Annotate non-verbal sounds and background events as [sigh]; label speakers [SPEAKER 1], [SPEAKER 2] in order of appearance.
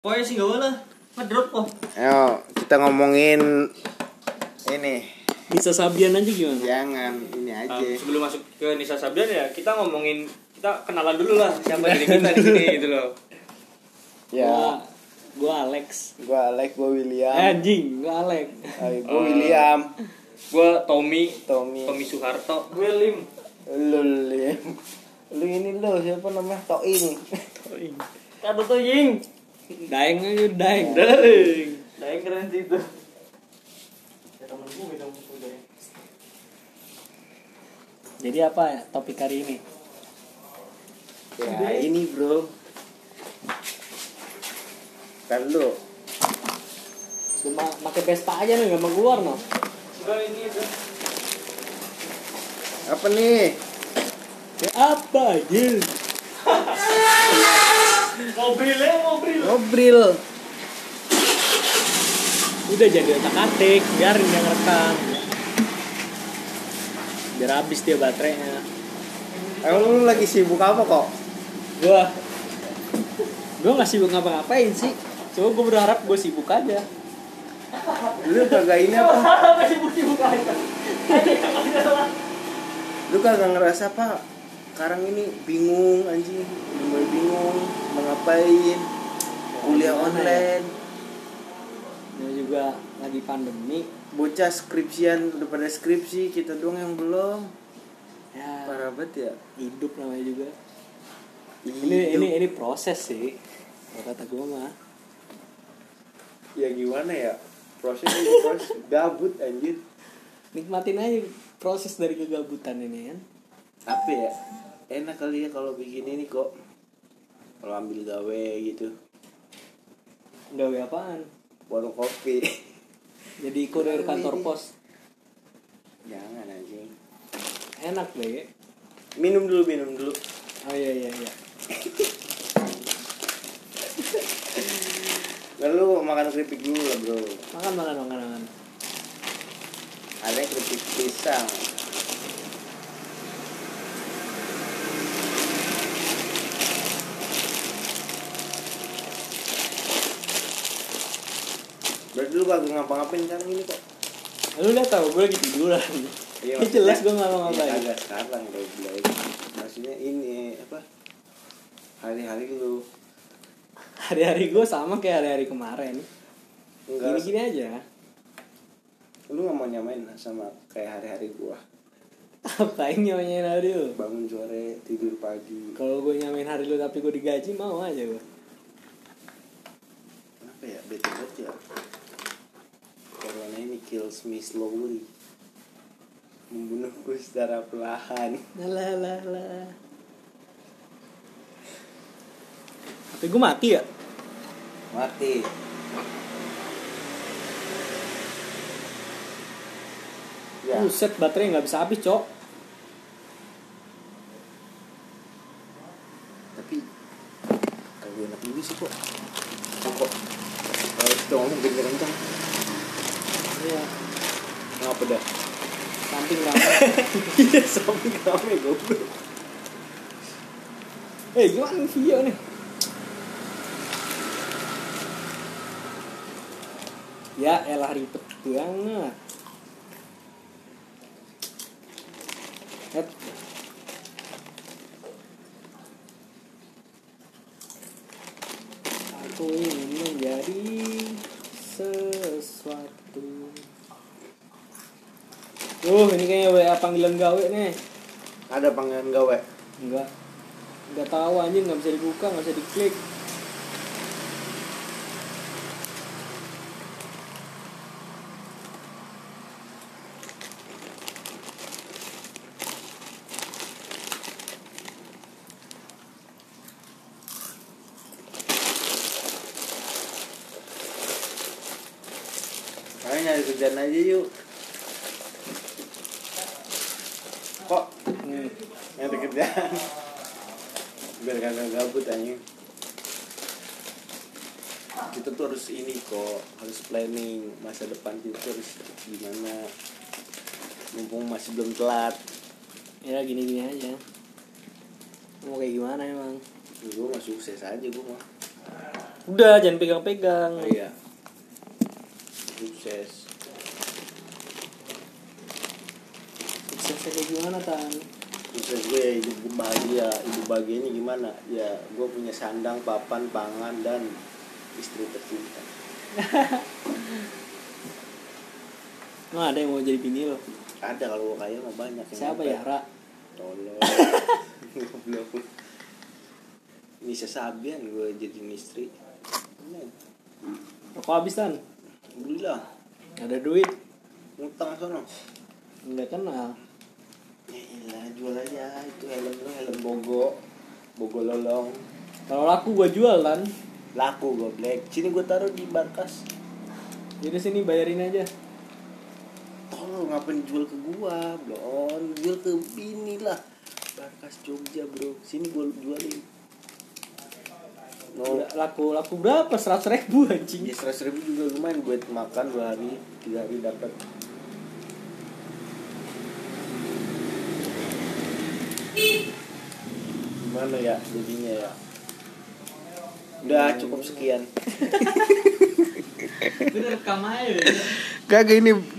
[SPEAKER 1] Pokoknya sih gak boleh. Ngedrop
[SPEAKER 2] oh.
[SPEAKER 1] kok.
[SPEAKER 3] Ayo kita ngomongin ini
[SPEAKER 2] Bisa Sabian aja gimana?
[SPEAKER 3] jangan ini aja.
[SPEAKER 1] Nah,
[SPEAKER 2] Ah.
[SPEAKER 1] sebelum masuk ke Nisa Sabdan ya, kita ngomongin kita kenalan dulu lah siapa diri kita di sini gitu loh.
[SPEAKER 3] Ya,
[SPEAKER 2] Gua, gua Alex.
[SPEAKER 3] gua Alex, gua William,
[SPEAKER 2] Eh, Anjing, gua Alex.
[SPEAKER 3] Ayo, gua William,
[SPEAKER 1] Gua Tommy,
[SPEAKER 3] Tommy,
[SPEAKER 2] Oh.
[SPEAKER 1] Tommy Soeharto. Gue Lim.
[SPEAKER 3] lu Lim. Lu ini lu siapa namanya Ya, Toing.
[SPEAKER 1] Kado tuh Ying.
[SPEAKER 2] Daeng aja, Daeng.
[SPEAKER 1] Saya keren sih itu. Ya,
[SPEAKER 2] Jadi apa ya topik hari ini?
[SPEAKER 3] Ya ini bro. Kan lu
[SPEAKER 2] Cuma pakai Vespa aja nih, gak mau keluar no.
[SPEAKER 3] apa nih?
[SPEAKER 2] Ya apa? Gil.
[SPEAKER 1] Mobilnya mobil.
[SPEAKER 3] Ngobrol.
[SPEAKER 2] Udah jadi otak-atik, biarin dia ngerekam. Biar habis dia baterainya.
[SPEAKER 3] Emang lu lagi sibuk apa kok?
[SPEAKER 2] Gua Gua gak sibuk ngapa-ngapain sih. Cuma gua berharap gua sibuk aja.
[SPEAKER 3] Lu kagak ini apa?
[SPEAKER 1] Apa sih sibuk aja?
[SPEAKER 3] Lu kagak ngerasa apa? Sekarang ini bingung anjing, udah mulai bingung mau ngapain?
[SPEAKER 2] Gimana ya?
[SPEAKER 3] Kuliah online,
[SPEAKER 2] Ini juga lagi pandemi.
[SPEAKER 3] bocah skripsian udah pada skripsi, kita doang yang belum.
[SPEAKER 2] Ya,
[SPEAKER 3] Parah banget ya.
[SPEAKER 2] hidup namanya juga. Ini
[SPEAKER 3] Hidup.
[SPEAKER 2] ini ini proses sih. Kalau kata gue mah.
[SPEAKER 3] ya gimana ya? Proses ini proses gabut anjir.
[SPEAKER 2] Nikmatin aja proses dari kegabutan ini kan.
[SPEAKER 3] Apa ya? Enak kali ya kalau bikin ini kok. Kalau ambil gawe gitu,
[SPEAKER 2] Gawe apaan?
[SPEAKER 3] warung kopi. [laughs]
[SPEAKER 2] Jadi kurir kantor pos.
[SPEAKER 3] Jangan anjing.
[SPEAKER 2] Enak deh.
[SPEAKER 3] Minum dulu, minum dulu.
[SPEAKER 2] Oh iya iya iya.
[SPEAKER 3] Lalu makan keripik dulu lah bro.
[SPEAKER 2] Makan makan makan makan.
[SPEAKER 3] Ada keripik pisang. Berarti lu kagak ngapa-ngapain sekarang ini kok?
[SPEAKER 2] Lu udah tau gue lagi tiduran.
[SPEAKER 3] Iya,
[SPEAKER 2] [laughs] Ini jelas
[SPEAKER 3] maksudnya-
[SPEAKER 2] gue nggak mau
[SPEAKER 3] Iya,
[SPEAKER 2] ngapain.
[SPEAKER 3] kagak sekarang goblok. Maksudnya ini eh, apa? Hari-hari lu
[SPEAKER 2] Hari-hari gue sama kayak hari-hari kemarin.
[SPEAKER 3] enggak
[SPEAKER 2] Gini-gini aja.
[SPEAKER 3] lu nggak mau nyamain sama kayak hari-hari gua.
[SPEAKER 2] Apa yang nyamain hari lu?
[SPEAKER 3] Bangun sore, tidur pagi.
[SPEAKER 2] Kalau gue nyamain hari lu tapi gue digaji mau aja gue.
[SPEAKER 3] Kenapa ya? Bete banget ya Corona ini kills me slowly Membunuhku secara perlahan
[SPEAKER 2] Lah lah lah. Tapi gue mati ya?
[SPEAKER 3] Mati Ya,
[SPEAKER 2] Buset, baterai nggak bisa habis, Cok.
[SPEAKER 3] tapi Kagak enak juga sih kok Kok Kalau kita ngomong gini kencang
[SPEAKER 2] Iya,
[SPEAKER 3] Ngapa dah? [laughs]
[SPEAKER 2] samping kamu.
[SPEAKER 3] Iya, sampai rame goblok
[SPEAKER 2] [laughs] eh, gimana nih video nih? Ya, elah ribet banget. Et. Aku ingin menjadi sesuatu. Duh, ini kayaknya WA panggilan gawe nih.
[SPEAKER 3] Ada panggilan gawe
[SPEAKER 2] Enggak. Enggak tahu anjing nggak bisa dibuka, nggak bisa diklik.
[SPEAKER 3] Ayo nyari kerjaan aja yuk Kok
[SPEAKER 2] Hmm.
[SPEAKER 3] nyari kerjaan biar kagak gabut anjing kita tuh harus ini kok harus planning masa depan kita tuh harus gimana mumpung masih belum telat
[SPEAKER 2] Ya gini-gini aja. Mau kayak gimana emang?
[SPEAKER 3] gue mah sukses aja gue mah
[SPEAKER 2] Udah jangan pegang-pegang.
[SPEAKER 3] Oh, iya. Sukses.
[SPEAKER 2] Suksesnya kayak gimana tan?
[SPEAKER 3] Sukses gue hidup gue bahagia. Hidup bahagianya gimana? Ya gue punya sandang, papan, pangan dan istri tercinta.
[SPEAKER 2] Emang ada yang mau jadi bini lo?
[SPEAKER 3] Ada kalau gue kaya mah banyak yang
[SPEAKER 2] Siapa
[SPEAKER 3] dapat.
[SPEAKER 2] ya? Ra?
[SPEAKER 3] Tolong. [laughs] Goblok. Nisa Sabian gue jadi istri. Nah,
[SPEAKER 2] Rokok habis tan?
[SPEAKER 3] Alhamdulillah.
[SPEAKER 2] Gak ada duit.
[SPEAKER 3] Ngutang sono.
[SPEAKER 2] Nggak kenal.
[SPEAKER 3] Ya ilah, jual aja itu helm lu helm bogo. Bogo lolong.
[SPEAKER 2] Kalau laku gua jual tan.
[SPEAKER 3] Laku goblok. Sini gue taruh di barkas.
[SPEAKER 2] Jadi sini bayarin aja.
[SPEAKER 3] Tolong ngapain jual ke gua, blon. Jual ke bini lah. Barkas Jogja, Bro. Sini gua jualin. No.
[SPEAKER 2] Udah, laku laku berapa? Seratus ribu anjing.
[SPEAKER 3] Ya 100 ribu juga lumayan buat makan dua hari, tiga hari dapat. Gimana ya jadinya ya? Udah cukup sekian.
[SPEAKER 2] [laughs] Bener rekam aja.
[SPEAKER 3] Kagak ini